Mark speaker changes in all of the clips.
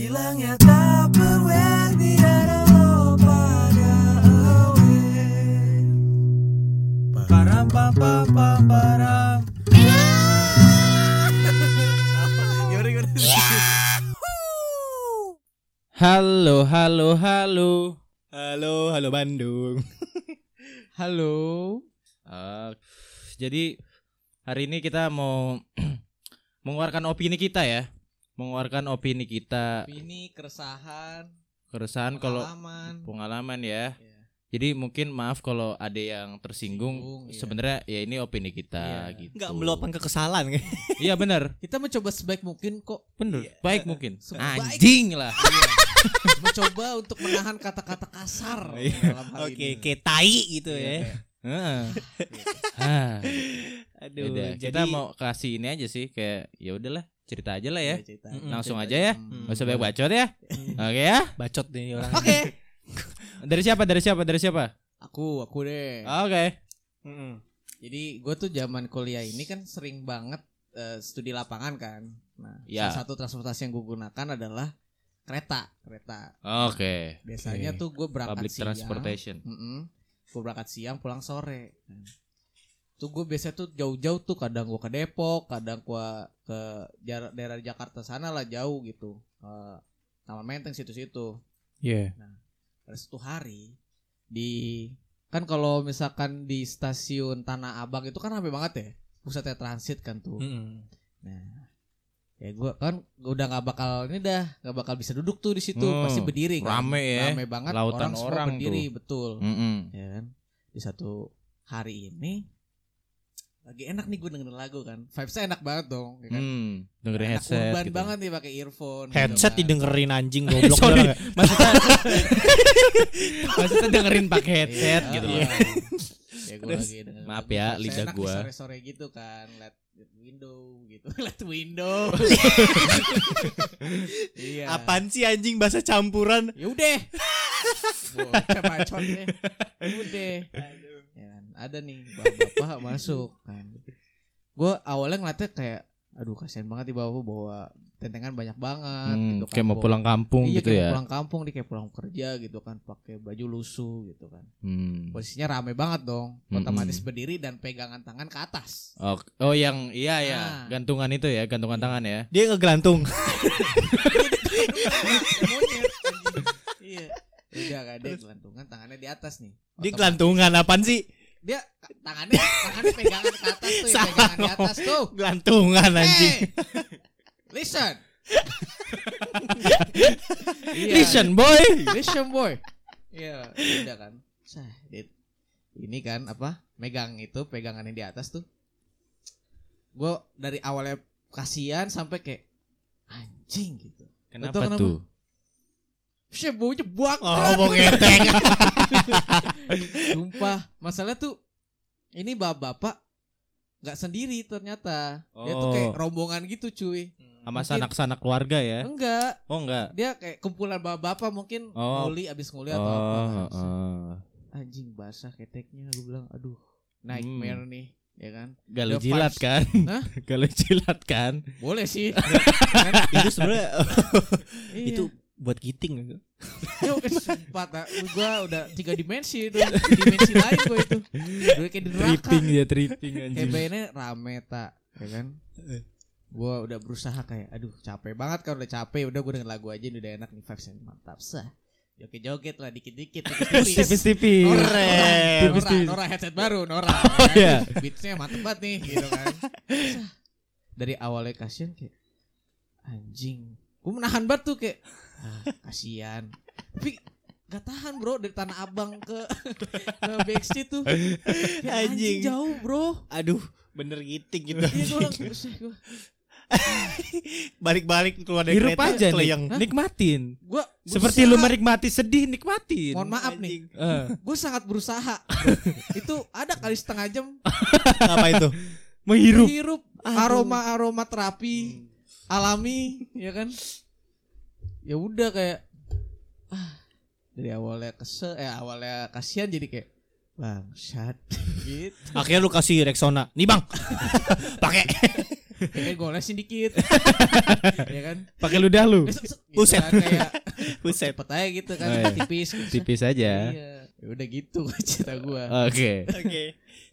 Speaker 1: Hilangnya Tupperware Biar lo pada awet Param pam pam pam param
Speaker 2: Ya,
Speaker 1: Gimana gimana
Speaker 2: Halo, halo, halo.
Speaker 1: Halo, halo Bandung
Speaker 2: Halo. Ah, jadi hari ini kita mau mengeluarkan opini kita ya. Mengeluarkan opini kita
Speaker 3: ini keresahan
Speaker 2: keresahan Kan kalau
Speaker 3: pengalaman
Speaker 2: pengalaman ya.
Speaker 3: Iya.
Speaker 2: Jadi mungkin maaf kalau ada yang
Speaker 3: Singgung,
Speaker 2: tersinggung.
Speaker 3: iya.
Speaker 2: Sebenarnya ya ini opini kita
Speaker 3: Iya.
Speaker 2: gitu.
Speaker 4: nggak meluapkan kekesalan kan?
Speaker 2: Iya benar.
Speaker 3: kita mencoba sebaik mungkin kok
Speaker 2: Benar. Baik mungkin.
Speaker 3: Sebaik-
Speaker 2: Anjing lah.
Speaker 3: mencoba untuk menahan kata-kata kasar
Speaker 2: Iya.
Speaker 3: dalam hal
Speaker 4: Oke,
Speaker 3: ini
Speaker 4: kayak tai gitu ya.
Speaker 2: Heeh. Ah,
Speaker 4: Aduh,
Speaker 2: yaudah.
Speaker 4: jadi
Speaker 2: kita mau kasih ini aja sih kayak ya udahlah cerita aja lah ya.
Speaker 3: Iya, cerita.
Speaker 4: Mm-mm.
Speaker 2: Langsung
Speaker 3: Cerita
Speaker 2: aja ya.
Speaker 3: Mm.
Speaker 2: Gak usah banyak bacot ya. Oke ya.
Speaker 4: bacot nih orang.
Speaker 3: oke
Speaker 2: Dari siapa? Dari siapa? Dari siapa?
Speaker 3: aku aku deh
Speaker 2: Oke.
Speaker 4: Mm-mm.
Speaker 3: jadi gue tuh zaman kuliah ini kan sering banget eh, studi lapangan kan nah
Speaker 2: Iya.
Speaker 3: salah satu transportasi yang gue gunakan adalah kereta kereta
Speaker 2: Oke.
Speaker 3: biasanya
Speaker 4: Oke.
Speaker 3: tuh gue berangkat
Speaker 2: Iya, Public
Speaker 3: siang
Speaker 2: transportation.
Speaker 3: Gue berangkat siang pulang sore. kan. Tuh gue biasanya tuh jauh-jauh tuh kadang gue ke Depok, kadang gue ke jar- daerah Jakarta sana lah jauh gitu. Ke Taman Menteng situ-situ.
Speaker 4: Iya.
Speaker 3: Pada satu hari di kan kalau misalkan di stasiun Tanah Abang itu kan rame banget ya pusatnya transit kan tuh.
Speaker 4: Mm-mm.
Speaker 3: Ya gue kan gua udah nggak bakal ini dah nggak bakal bisa duduk tuh di situ
Speaker 2: Hmm,
Speaker 3: pasti berdiri kan.
Speaker 2: rame ya.
Speaker 3: Rame banget orang
Speaker 2: Lautan
Speaker 3: semua
Speaker 2: orang Hmm.
Speaker 3: berdiri betul
Speaker 2: Mm-mm.
Speaker 3: ya kan di satu hari ini lagi enak nih gue dengerin lagu kan vibesnya enak banget dong ya kan
Speaker 2: Hmm. Dengerin
Speaker 3: enak
Speaker 2: headset.
Speaker 3: urban
Speaker 2: gitu.
Speaker 3: banget nih pakai earphone gitu
Speaker 4: Headset
Speaker 3: kan.
Speaker 4: didengerin anjing goblok
Speaker 2: Sorry.
Speaker 4: orang.
Speaker 2: Maksudnya Maksudnya dengerin pakai headset
Speaker 3: Iya,
Speaker 2: gitu
Speaker 3: iya.
Speaker 2: loh.
Speaker 3: ya gue
Speaker 4: Terus.
Speaker 3: lagi dengerin
Speaker 2: Maaf
Speaker 3: lagu,
Speaker 2: ya,
Speaker 3: vibesnya
Speaker 2: lidah
Speaker 3: enak nih
Speaker 2: gua.
Speaker 3: sore-sore gitu kan lihat window gitu lihat window iya
Speaker 4: Apaan sih anjing bahasa campuran?
Speaker 3: Yaudah. Bocah bacot deh. Udah. Ya kan, ada nih bapak-bapak masuk kan. Gue awalnya ngeliatnya kayak aduh kasihan banget nih bapak bawa tentengan banyak banget
Speaker 2: Hmm,
Speaker 3: gitu kan.
Speaker 2: kayak mau
Speaker 3: Bawa-
Speaker 2: pulang kampung
Speaker 3: iya,
Speaker 2: gitu
Speaker 3: kayak
Speaker 2: ya.
Speaker 3: mau pulang kampung dia kayak pulang kerja gitu kan pakai baju lusuh gitu kan.
Speaker 2: Hmm.
Speaker 3: Posisinya rame banget dong.
Speaker 2: Mm-mm.
Speaker 3: Otomatis berdiri dan pegangan tangan ke atas.
Speaker 2: Oh, oh yang iya ya,
Speaker 3: Ah. Iya.
Speaker 2: gantungan itu ya, gantungan tangan ya.
Speaker 4: Dia ngegelantung.
Speaker 3: Monyet, anjing. Iya. Udah kan dia gelantungan tangannya di atas nih.
Speaker 4: Dia
Speaker 3: Otomatis-
Speaker 4: gelantungan apaan sih?
Speaker 3: dia tangannya tangannya pegangan ke atas tuh ya,
Speaker 4: Salah
Speaker 3: pegangan di atas tuh
Speaker 4: Gelantungan
Speaker 3: Eh,
Speaker 4: anjing.
Speaker 3: Hey, listen Iya,
Speaker 2: Listen boy.
Speaker 3: listen boy iya udah kan Sah, dia- ini kan apa megang itu pegangannya di atas tuh gue dari awalnya kasihan sampai kayak anjing gitu
Speaker 2: Kenapa,
Speaker 3: Betul, kenapa?
Speaker 2: tuh?
Speaker 3: Shit, baunya buang
Speaker 4: Oh, mau ngeteng.
Speaker 3: Sumpah, masalah tuh ini bapak-bapak nggak sendiri ternyata. Dia tuh
Speaker 2: Oh.
Speaker 3: kayak rombongan gitu, cuy. Mungkin-
Speaker 2: Sama sanak-sanak keluarga ya.
Speaker 3: Enggak,
Speaker 2: Oh enggak.
Speaker 3: dia kayak kumpulan bapak-bapak mungkin
Speaker 2: Oh.
Speaker 3: nguli abis nguli atau apa.
Speaker 2: Oh, oh.
Speaker 3: Anjing basah keteknya, gue bilang, aduh,
Speaker 2: Hmm.
Speaker 3: nightmare nih, ya kan?
Speaker 2: Galau
Speaker 3: The
Speaker 2: jilat
Speaker 3: vibes.
Speaker 2: kan?
Speaker 3: Hah?
Speaker 2: Galau jilat kan? oh,
Speaker 3: Boleh sih.
Speaker 4: itu sebenarnya
Speaker 3: Iya.
Speaker 4: itu buat
Speaker 2: gitu.
Speaker 4: giting.
Speaker 3: Yo, Ya, sumpah, tak. gua udah tiga dimensi itu, dimensi lain gue itu. Gue kayak di neraka.
Speaker 2: Tripping dia tripping anjing.
Speaker 3: TBN rame tak ya kan
Speaker 2: Eh.
Speaker 3: gua udah berusaha kayak aduh capek banget kan udah capek udah gue dengan lagu aja ini udah enak nih vibes mantap sah joget joget lah dikit dikit tipis
Speaker 2: Tipis-tipis.
Speaker 3: Nora, Nora,
Speaker 2: Tipis-tipis.
Speaker 3: Nora headset baru Nora ya kan?
Speaker 2: iya.
Speaker 3: Beatsnya mantep banget nih gitu kan Sah. Dari awalnya kasihan kayak Anjing Gue menahan banget tuh kayak ah, Kasihan Tapi gak tahan bro dari Tanah Abang ke ke backseat tuh Kayak
Speaker 4: Anjing.
Speaker 3: anjing jauh bro
Speaker 4: Aduh, bener giting gitu.
Speaker 3: Iya gue langsung terus gue
Speaker 4: Balik-balik keluar dari
Speaker 2: Hirup
Speaker 4: kereta
Speaker 2: aja nih.
Speaker 4: keleyang.
Speaker 2: Nikmatin.
Speaker 3: gue
Speaker 2: Seperti lu menikmati sedih, nikmatin.
Speaker 3: Mohon maaf nih,
Speaker 4: Anjing.
Speaker 2: Eh,
Speaker 3: gue sangat berusaha. itu ada kali setengah jam
Speaker 4: Apa itu?
Speaker 2: menghirup.
Speaker 3: hirup aroma aroma terapi alami, ya kan? Ya udah kayak ah, dari awalnya kesel, eh awalnya kasihan jadi kayak bangsat. gitu.
Speaker 4: Akhirnya lu kasih Rexona. Nih bang, pakai.
Speaker 3: Kayak golesin dikit. ya kan?
Speaker 2: Pakai ludah lu.
Speaker 3: Eh, set, set, gitu
Speaker 4: Buset.
Speaker 3: kan, kayak
Speaker 4: Buset.
Speaker 3: cepet aja gitu kan
Speaker 2: Oh, iya.
Speaker 3: tipis. gitu.
Speaker 2: Tipis aja.
Speaker 3: Iya. Ya udah gitu cerita gua.
Speaker 2: Oke.
Speaker 4: Oke.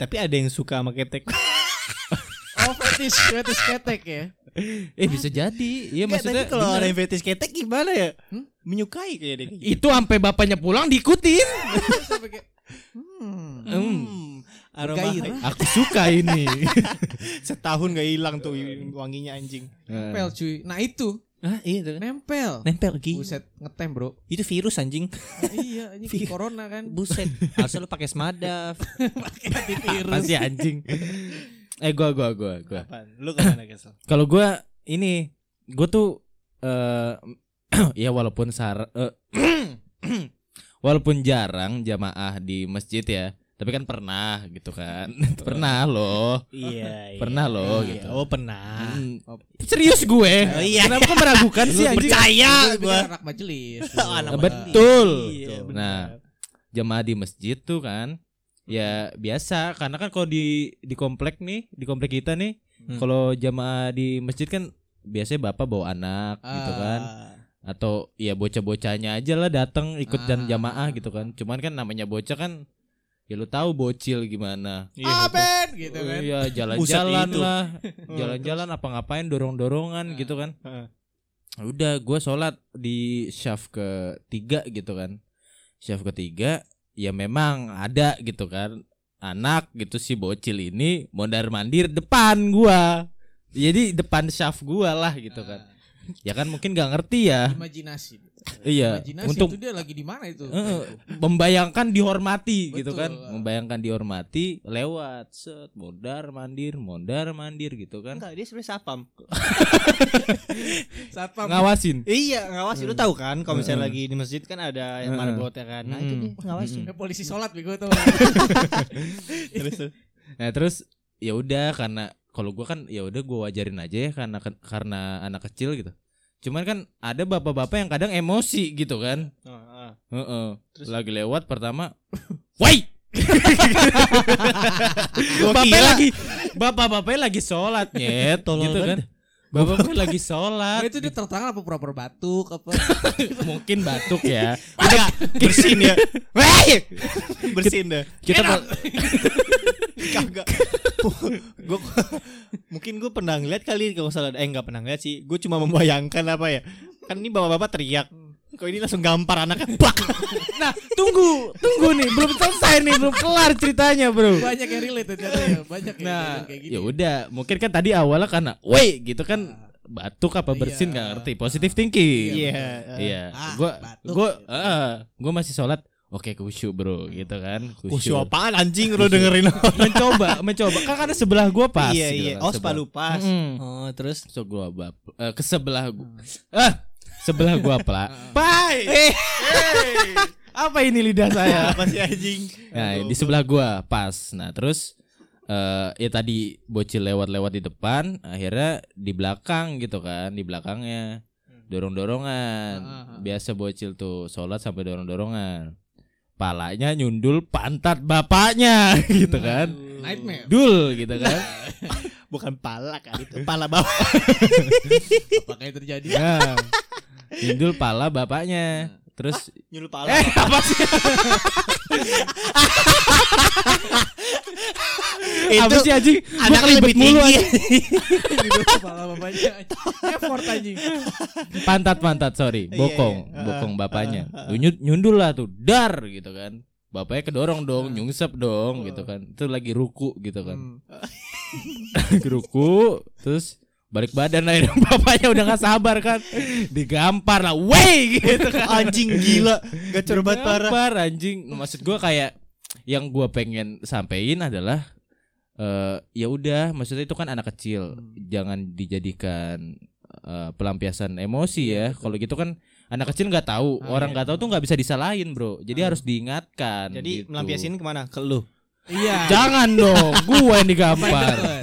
Speaker 4: Tapi ada yang suka sama ketek.
Speaker 3: Oh, fetish, fetish ketek ya.
Speaker 2: Eh bisa jadi. Iya
Speaker 4: Kayak
Speaker 2: maksudnya
Speaker 4: tadi kalau
Speaker 2: bener.
Speaker 4: ada yang fetish ketek gimana ya?
Speaker 3: Hmm?
Speaker 4: Menyukai kayaknya deh.
Speaker 2: itu sampai bapaknya pulang diikutin.
Speaker 3: Sampai kayak hmm.
Speaker 4: Hmm. Aroma
Speaker 3: Gairah.
Speaker 2: Aku suka ini.
Speaker 4: setahun gak hilang tuh wanginya anjing.
Speaker 2: Eh,
Speaker 3: Nempel cuy. Nah itu
Speaker 4: Ah iya itu kan.
Speaker 3: nempel.
Speaker 4: Nempel lagi.
Speaker 3: Buset ngetem bro.
Speaker 4: Itu virus anjing.
Speaker 3: iya ini
Speaker 4: Fir-
Speaker 3: corona kan.
Speaker 4: Buset. Harusnya lu pakai smadav.
Speaker 3: Hati virus.
Speaker 2: Pasti anjing. Eh gua gua gua gua.
Speaker 4: Apaan? Lu kemana kesel?
Speaker 2: Kalau gua ini gua tuh eh ya walaupun sar eh, walaupun jarang jamaah di masjid ya, tapi kan pernah gitu kan. pernah loh.
Speaker 4: Iya, iya.
Speaker 2: Pernah loh,
Speaker 4: Iya,
Speaker 2: gitu.
Speaker 4: Oh, pernah.
Speaker 2: Hmm. Serius gue.
Speaker 4: Oh, iya.
Speaker 2: Kenapa kau meragukan
Speaker 4: Lu
Speaker 2: sih anjing?
Speaker 4: percaya
Speaker 3: Lu pikir
Speaker 4: gua.
Speaker 3: anak majelis. Ah.
Speaker 4: Oh, anak
Speaker 3: Lu.
Speaker 4: majelis.
Speaker 2: Betul.
Speaker 4: Iya,
Speaker 2: Betul.
Speaker 4: benar.
Speaker 2: Nah, jemaah di masjid tuh kan ya biasa karena kan kalau di di komplek nih di komplek kita nih
Speaker 4: Hmm.
Speaker 2: kalau jamaah di masjid kan biasanya bapak bawa anak gitu kan
Speaker 4: Ah.
Speaker 2: atau ya bocah-bocahnya aja lah datang ikut
Speaker 3: Ah.
Speaker 2: dan jamaah gitu kan cuman kan namanya bocah kan ya lu tahu bocil gimana
Speaker 4: Iya,
Speaker 3: Ah,
Speaker 4: betul.
Speaker 3: Ben gitu kan.
Speaker 2: Iya jalan-jalan
Speaker 4: Buset itu.
Speaker 2: lah jalan-jalan apa ngapain dorong-dorongan
Speaker 3: Ah.
Speaker 2: gitu kan Ya
Speaker 4: Hmm, Nah, Heeh.
Speaker 2: udah gue sholat di syaf ketiga gitu kan syaf ketiga ya memang ada gitu kan anak gitu si bocil ini mondar mandir depan gua jadi depan syaf gua lah gitu kan
Speaker 4: Ah.
Speaker 2: ya kan mungkin gak ngerti ya
Speaker 3: Imajinasi.
Speaker 2: iya
Speaker 3: Imajinasi
Speaker 2: untung
Speaker 3: itu dia lagi di mana itu?
Speaker 2: Eh, membayangkan dihormati gitu
Speaker 3: Betul.
Speaker 2: kan membayangkan dihormati lewat set mondar mandir mondar mandir gitu kan
Speaker 4: Enggak, dia sebenarnya sapam.
Speaker 3: Satpam.
Speaker 2: ngawasin
Speaker 4: Iya, ngawasin lu tahu kan kalau misalnya lagi di masjid kan ada yang
Speaker 2: Heeh.
Speaker 4: marbot ya kan. Nah, itu
Speaker 2: Hmm.
Speaker 4: dia ngawasin.
Speaker 3: Eh, polisi sholat bego tuh.
Speaker 4: Terus tuh.
Speaker 2: Nah terus ya udah karena kalau gua kan ya udah gua wajarin aja ya karena karena anak kecil gitu. Cuman kan ada bapak-bapak yang kadang emosi gitu kan.
Speaker 4: Heeh.
Speaker 2: Heeh.
Speaker 4: Terus?
Speaker 2: Lagi lewat pertama, woi
Speaker 4: Gua
Speaker 2: bapak
Speaker 4: kira-
Speaker 2: lagi bapak-bapaknya lagi sholat nyet,
Speaker 4: Tolol
Speaker 2: gitu kan.
Speaker 4: banget.
Speaker 2: Bapak lagi
Speaker 3: Nah,
Speaker 2: sholat,
Speaker 3: itu dia tertangan apa pura-pura batuk apa?
Speaker 2: mungkin batuk ya.
Speaker 4: Enggak, bersin ya. Wey! bersin deh.
Speaker 2: Kita
Speaker 4: Enak. Kagak. Gue mungkin gue pernah ngeliat kali kalau salah eh nggak pernah ngeliat sih. Gue cuma membayangkan apa ya. Kan ini bapak-bapak teriak. Kok ini langsung gampar anaknya. Bak.
Speaker 2: nah, tunggu, tunggu nih, belum selesai nih, belum kelar ceritanya, Bro.
Speaker 3: Banyak yang relate ternyata ya, banyak yang
Speaker 2: Nah,
Speaker 3: relate kayak gitu.
Speaker 2: ya udah, mungkin kan tadi awalnya karena woi gitu kan
Speaker 3: Ah.
Speaker 2: batuk apa bersin
Speaker 3: Iya.
Speaker 2: nggak ngerti, positif thinking.
Speaker 4: Iya.
Speaker 2: Iya.
Speaker 3: Ah,
Speaker 2: Gua
Speaker 3: batuk.
Speaker 2: gua
Speaker 4: gitu.
Speaker 2: heeh, gua masih sholat Oke khusyuk bro gitu kan
Speaker 4: Kusyu apaan anjing lu dengerin
Speaker 2: Mencoba Mencoba Kan karena sebelah gua pas
Speaker 4: Iya
Speaker 2: gitu
Speaker 4: iya.
Speaker 2: kan,
Speaker 4: Oh,
Speaker 2: sebelah.
Speaker 4: sepalu pas.
Speaker 2: Mm.
Speaker 4: Oh, terus
Speaker 2: So gua bap eh, Ke sebelah gua Eh Sebelah gua pla
Speaker 4: Pai.
Speaker 2: Apa ini lidah saya
Speaker 4: Apa sih anjing?
Speaker 2: Nah, di sebelah gua pas. Nah, terus eh ya tadi bocil lewat-lewat di depan, akhirnya di belakang gitu kan, di belakangnya dorong-dorongan.
Speaker 3: Hmm. Ah, ah, ah.
Speaker 2: Biasa bocil tuh sholat sampai dorong-dorongan. Palanya nyundul pantat bapaknya gitu kan.
Speaker 3: Nightmare.
Speaker 2: Dul gitu kan.
Speaker 4: bukan pala kali itu, pala bawah.
Speaker 3: Apakah yang terjadi?
Speaker 2: Nah, nyundul pala bapaknya.
Speaker 3: Nah.
Speaker 2: Terus
Speaker 4: Nyul pala.
Speaker 2: eh apa sih? apa sih anjing? Gua
Speaker 4: anaknya
Speaker 2: kelibet
Speaker 4: Ah, lebih
Speaker 2: mulu,
Speaker 4: tinggi.
Speaker 2: anjing.
Speaker 3: Tidur kepala bapaknya. Effort anjing.
Speaker 2: pantat pantat sorry
Speaker 4: Iya,
Speaker 2: bokong
Speaker 4: iya.
Speaker 2: bokong
Speaker 4: Heeh,
Speaker 2: bapaknya
Speaker 4: heeh,
Speaker 2: Nyun- nyundul lah tuh dar gitu kan bapaknya kedorong
Speaker 4: Ah.
Speaker 2: dong nyungsep dong gitu kan itu lagi ruku gitu kan
Speaker 3: Hmm.
Speaker 4: Hmm.
Speaker 2: Lagi ruku terus balik badan akhirnya bapaknya udah gak sabar kan digampar lah wey gitu kan
Speaker 4: anjing gila gacor banget parah
Speaker 2: Digampar, anjing maksud gua kayak yang gua pengen sampein adalah eh ya udah maksudnya itu kan anak kecil
Speaker 4: Hmm.
Speaker 2: jangan dijadikan eh, pelampiasan
Speaker 4: Iya,
Speaker 2: emosi ya kalau gitu kan anak kecil nggak tahu
Speaker 3: Ah,
Speaker 2: orang
Speaker 3: iya.
Speaker 2: nggak tahu tuh nggak bisa disalahin bro jadi harus diingatkan
Speaker 4: Ah. jadi
Speaker 2: gitu.
Speaker 4: melampiasin kemana ke lu
Speaker 3: Iya.
Speaker 2: Jangan dong, gue yang digampar.
Speaker 3: Bener.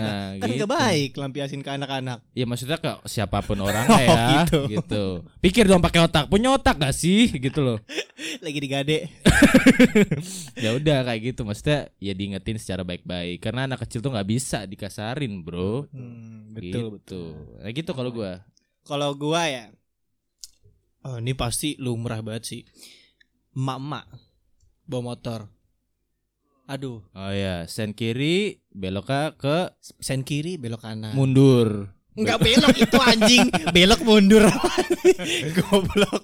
Speaker 2: Nah,
Speaker 4: Kan
Speaker 2: gitu.
Speaker 4: nggak baik lampiasin ke anak-anak.
Speaker 2: Ya maksudnya ke siapapun orang
Speaker 4: Oh,
Speaker 2: ya
Speaker 4: gitu.
Speaker 2: gitu. Pikir dong pakai otak. Punya otak gak sih gitu loh.
Speaker 4: Lagi digade.
Speaker 2: Ya udah kayak gitu maksudnya ya diingetin secara baik-baik karena anak kecil tuh nggak bisa dikasarin, Bro.
Speaker 4: Hmm,
Speaker 2: gitu. Nah, gitu kalau gua.
Speaker 4: Kalau gua ya oh, ini pasti lumrah banget sih. Emak-emak bawa motor. Aduh,
Speaker 2: Oh ya, sen kiri, beloknya ke
Speaker 4: sen kiri belok
Speaker 2: Nah.
Speaker 4: kanan.
Speaker 2: mundur.
Speaker 4: Enggak belok itu anjing, belok mundur. Goblok.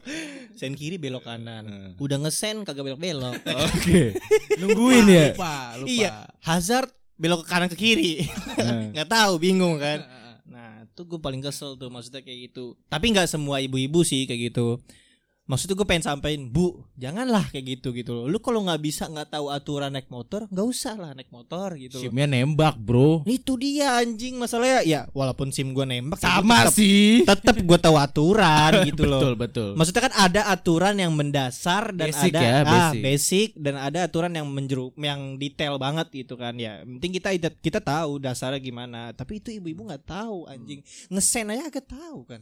Speaker 4: Sen kiri belok
Speaker 2: Nah.
Speaker 4: kanan. Udah ngesen kagak belok-belok. Oh,
Speaker 2: Oke. Nungguin ya.
Speaker 3: Lupa, lupa.
Speaker 4: Iya. Hazard belok ke kanan ke kiri.
Speaker 2: Nah,
Speaker 4: Nggak tahu, bingung kan. Nah, tuh gue paling kesel tuh maksudnya kayak gitu. Tapi nggak semua ibu-ibu sih kayak gitu. Maksudnya gue pengen sampein, Bu, janganlah kayak gitu gitu loh. Lu kalau nggak bisa nggak tahu aturan naik motor, nggak usah lah naik motor gitu. loh.
Speaker 2: Simnya nembak, Bro.
Speaker 4: Itu dia anjing masalahnya. Ya, walaupun sim gue nembak
Speaker 2: Sama sih.
Speaker 4: Tetap gue tahu aturan gitu loh.
Speaker 2: Betul, betul.
Speaker 4: Maksudnya kan ada aturan yang mendasar dan
Speaker 2: Basic
Speaker 4: ada
Speaker 2: ya,
Speaker 4: ah,
Speaker 2: basic.
Speaker 4: basic. dan ada aturan yang menjeru yang detail banget gitu kan ya. Yang Penting kita kita tahu dasarnya gimana. Tapi itu ibu-ibu nggak tahu anjing. Ngesen aja agak tahu kan.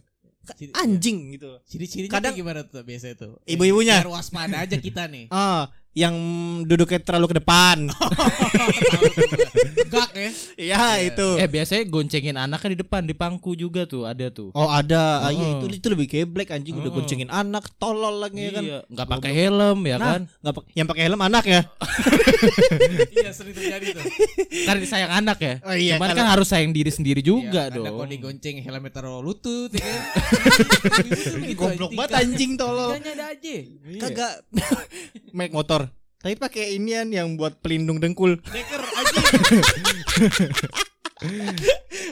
Speaker 4: Ka-
Speaker 3: Jadi-
Speaker 4: Anjing gitu.
Speaker 3: Ciri-cirinya
Speaker 4: Kadang-
Speaker 3: kayak gimana tuh biasanya tuh?
Speaker 4: Ibu-ibunya.
Speaker 3: Biar waspada aja kita nih.
Speaker 4: Ah, yang duduknya terlalu ke depan.
Speaker 3: Gak ya.
Speaker 4: Iya, itu.
Speaker 2: Eh biasanya goncengin anaknya di depan di pangku juga tuh ada tuh.
Speaker 4: Oh, ada. Ah, iya,
Speaker 2: Oh.
Speaker 4: itu itu lebih geblek anjing udah
Speaker 2: Oh.
Speaker 4: goncengin anak tolol lagi ya kan.
Speaker 2: Iya, nggak pakai helm ya
Speaker 4: Nah,
Speaker 2: kan?
Speaker 4: nggak pak- yang pakai helm anak ya.
Speaker 3: Iya sering terjadi tuh.
Speaker 2: Karena disayang anak ya.
Speaker 4: Oh, iya,
Speaker 2: Cuman
Speaker 4: kalau-
Speaker 2: kan harus sayang diri sendiri juga
Speaker 3: Iya, kadang
Speaker 2: dong.
Speaker 3: Kalau digonceng helmnya taruh lutut ya kan. gitu,
Speaker 4: Goblok banget anjing tolol.
Speaker 3: Tidaknya ada aja.
Speaker 4: kagak naik Iya. motor tapi pakai inian yang buat pelindung dengkul
Speaker 3: Deker anjing.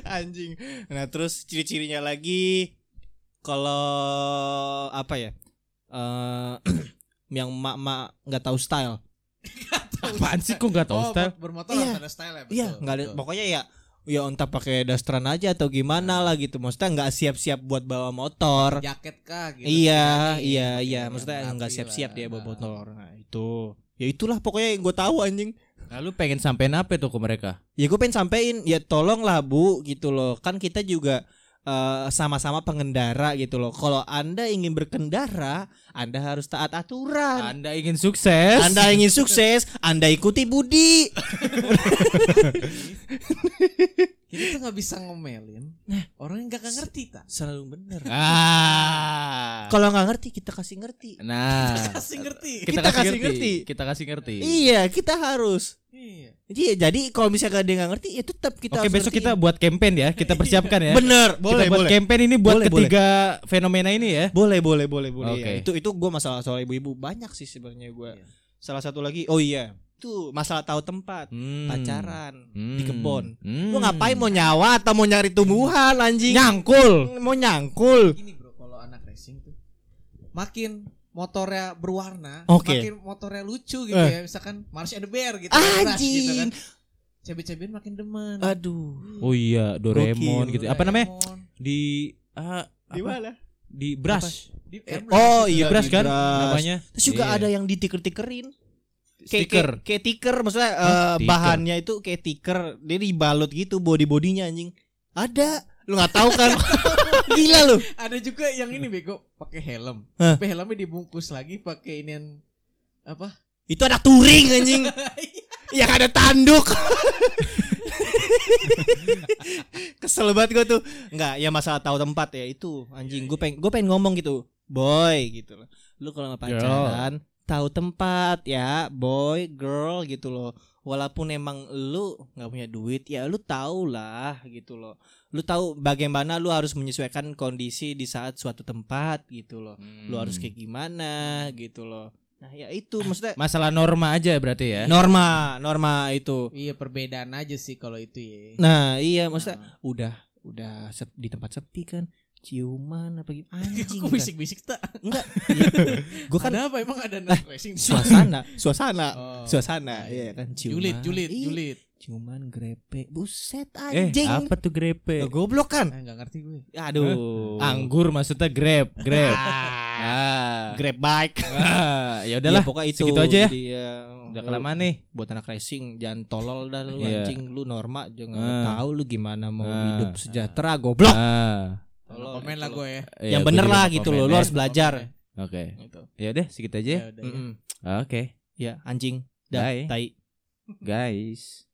Speaker 4: anjing nah terus ciri-cirinya lagi kalau apa ya eh yang mak-mak nggak tahu style
Speaker 2: Apaan sih kok nggak tahu
Speaker 3: Oh,
Speaker 2: style?
Speaker 3: bermotor
Speaker 4: Iya.
Speaker 3: harus ada style ya. betul,
Speaker 4: iya nggak ada
Speaker 3: betul.
Speaker 4: pokoknya ya ya entah pakai dasteran aja atau gimana lah gitu maksudnya nggak siap-siap buat bawa motor
Speaker 3: jaket kah gitu.
Speaker 4: iya
Speaker 3: Tidaknya,
Speaker 4: iya
Speaker 3: pakai
Speaker 4: iya
Speaker 3: yang
Speaker 4: maksudnya
Speaker 3: rapi
Speaker 4: nggak siap-siap
Speaker 3: lah.
Speaker 4: dia bawa
Speaker 3: Nah.
Speaker 4: motor nah itu ya itulah pokoknya yang gue tahu anjing
Speaker 2: Lalu Nah, pengen sampein apa tuh ke mereka?
Speaker 4: ya gue pengen sampein ya tolonglah bu gitu loh kan kita juga eh, sama-sama pengendara gitu loh kalau anda ingin berkendara anda harus taat aturan
Speaker 2: Anda ingin sukses?
Speaker 4: anda ingin sukses anda ikuti Budi
Speaker 3: Kita tuh nggak bisa ngomelin
Speaker 4: Nah.
Speaker 3: orang yang gak ngerti tak.
Speaker 4: selalu bener
Speaker 2: Ah.
Speaker 4: kalau nggak ngerti kita kasih ngerti
Speaker 2: Nah,
Speaker 3: Kasih ngerti.
Speaker 2: kita,
Speaker 4: Kita
Speaker 2: kasih,
Speaker 4: kasih
Speaker 2: ngerti.
Speaker 4: ngerti.
Speaker 2: Kita kasih ngerti.
Speaker 4: iya kita harus
Speaker 3: Iya.
Speaker 4: jadi jadi kalau misalnya dia nggak ngerti ya tetap kita
Speaker 2: Oke,
Speaker 4: harus
Speaker 2: besok kita
Speaker 4: ngertiin.
Speaker 2: buat campaign ya. Kita persiapkan ya.
Speaker 4: bener
Speaker 2: kita buat campaign ini buat
Speaker 4: Boleh,
Speaker 2: ketiga fenomena ini ya.
Speaker 4: boleh boleh boleh boleh ya.
Speaker 2: Oke.
Speaker 4: itu itu gue masalah soal ibu-ibu banyak sih sebenarnya gue
Speaker 3: Iya.
Speaker 4: salah satu lagi oh iya tuh masalah tahu tempat
Speaker 2: Hmm.
Speaker 4: pacaran
Speaker 2: Hmm.
Speaker 4: di kebon
Speaker 2: Hmm.
Speaker 4: lu ngapain mau nyawa atau mau nyari tumbuhan anjing
Speaker 2: nyangkul?
Speaker 4: mau nyangkul
Speaker 3: Gini bro, kalau anak racing tuh makin motornya berwarna,
Speaker 4: Oke. Eh.
Speaker 3: makin motornya lucu gitu ya. Misalkan Mars and the Bear gitu, keras gitu kan.
Speaker 4: anjing
Speaker 3: Cebe-cebean makin demen.
Speaker 4: aduh
Speaker 2: Oh iya, Doraemon
Speaker 4: Gokil.
Speaker 2: gitu. Apa namanya? Di ah, apa? Di brush.
Speaker 3: Di
Speaker 4: Eh,
Speaker 3: Embrace
Speaker 4: oh
Speaker 3: gitu.
Speaker 2: Di
Speaker 4: iya
Speaker 2: brush
Speaker 4: di
Speaker 2: kan
Speaker 4: brush.
Speaker 2: namanya.
Speaker 4: terus juga
Speaker 2: Iya.
Speaker 4: ada yang ditiker-tikerin Kayak-
Speaker 2: Stiker.
Speaker 4: kayak kayak tiker maksudnya eh,
Speaker 2: Tiker.
Speaker 4: bahannya itu kayak tiker dia dibalut gitu body bodinya anjing ada lu nggak tahu kan gila lu
Speaker 3: Ada juga yang ini bego pakai helm.
Speaker 4: Hah?
Speaker 3: Tapi helmnya dibungkus lagi pakai inian apa?
Speaker 4: itu ada touring anjing yang ada tanduk kesel banget gue tuh nggak ya masalah tahu tempat ya itu anjing gue pengen gue pengen ngomong gitu boy gitu loh lu kalau nggak
Speaker 2: Girl.
Speaker 4: pacaran tahu tempat ya boy girl gitu loh walaupun emang lu nggak punya duit ya lu tahu lah gitu loh lu tahu bagaimana lu harus menyesuaikan kondisi di saat suatu tempat gitu loh
Speaker 2: Hmm.
Speaker 4: lu harus kayak gimana gitu loh nah ya itu maksudnya
Speaker 2: Masalah norma aja berarti ya.
Speaker 4: norma norma itu
Speaker 3: Iya perbedaan aja sih kalau itu ya.
Speaker 4: nah iya maksudnya udah udah sep- di tempat sepi kan ciuman apa gitu anjing
Speaker 3: Kok bisik-bisik tak?
Speaker 4: gue kan
Speaker 3: Ada apa emang ada anak racing?
Speaker 4: suasana suasana
Speaker 3: Oh.
Speaker 4: suasana iya kan ciuman
Speaker 3: Julid, julid,
Speaker 4: Ih,
Speaker 3: julid.
Speaker 4: ciuman grepe buset
Speaker 2: Eh,
Speaker 4: anjing
Speaker 2: apa tuh grepe?
Speaker 4: Lah, goblok kan
Speaker 3: Ah, nggak ngerti Eh, gue.
Speaker 4: aduh
Speaker 2: Anggur maksudnya grape, grape.
Speaker 4: Ah,
Speaker 2: Ah.
Speaker 4: Grab bike. Iya.
Speaker 2: Ah, ya udahlah.
Speaker 4: Ya, pokoknya itu.
Speaker 2: segitu aja ya.
Speaker 4: Jadi,
Speaker 2: Udah
Speaker 4: Udah
Speaker 2: kelamaan nih.
Speaker 4: buat anak racing jangan tolol dah lu
Speaker 2: Iya.
Speaker 4: anjing lu norma jangan
Speaker 2: Ah.
Speaker 4: tahu lu gimana mau
Speaker 2: Ah.
Speaker 4: hidup sejahtera goblok.
Speaker 2: Ah.
Speaker 4: Tolol,
Speaker 3: komen lah
Speaker 4: tolol.
Speaker 3: gue ya.
Speaker 2: Ya,
Speaker 4: yang bener
Speaker 2: gua juga
Speaker 4: lah
Speaker 2: mau
Speaker 4: gitu
Speaker 2: komen
Speaker 4: loh, lu
Speaker 2: ya.
Speaker 4: harus Iya. belajar.
Speaker 2: Oke.
Speaker 3: Gitu.
Speaker 2: Ya udah
Speaker 3: Ah.
Speaker 4: Hmm.
Speaker 2: segitu aja. ya.
Speaker 3: Ya udah ya.
Speaker 4: Mm-mm.
Speaker 2: Oke,
Speaker 4: Ya, anjing. Iya, Dah,
Speaker 2: Bye.
Speaker 4: tai.
Speaker 2: guys.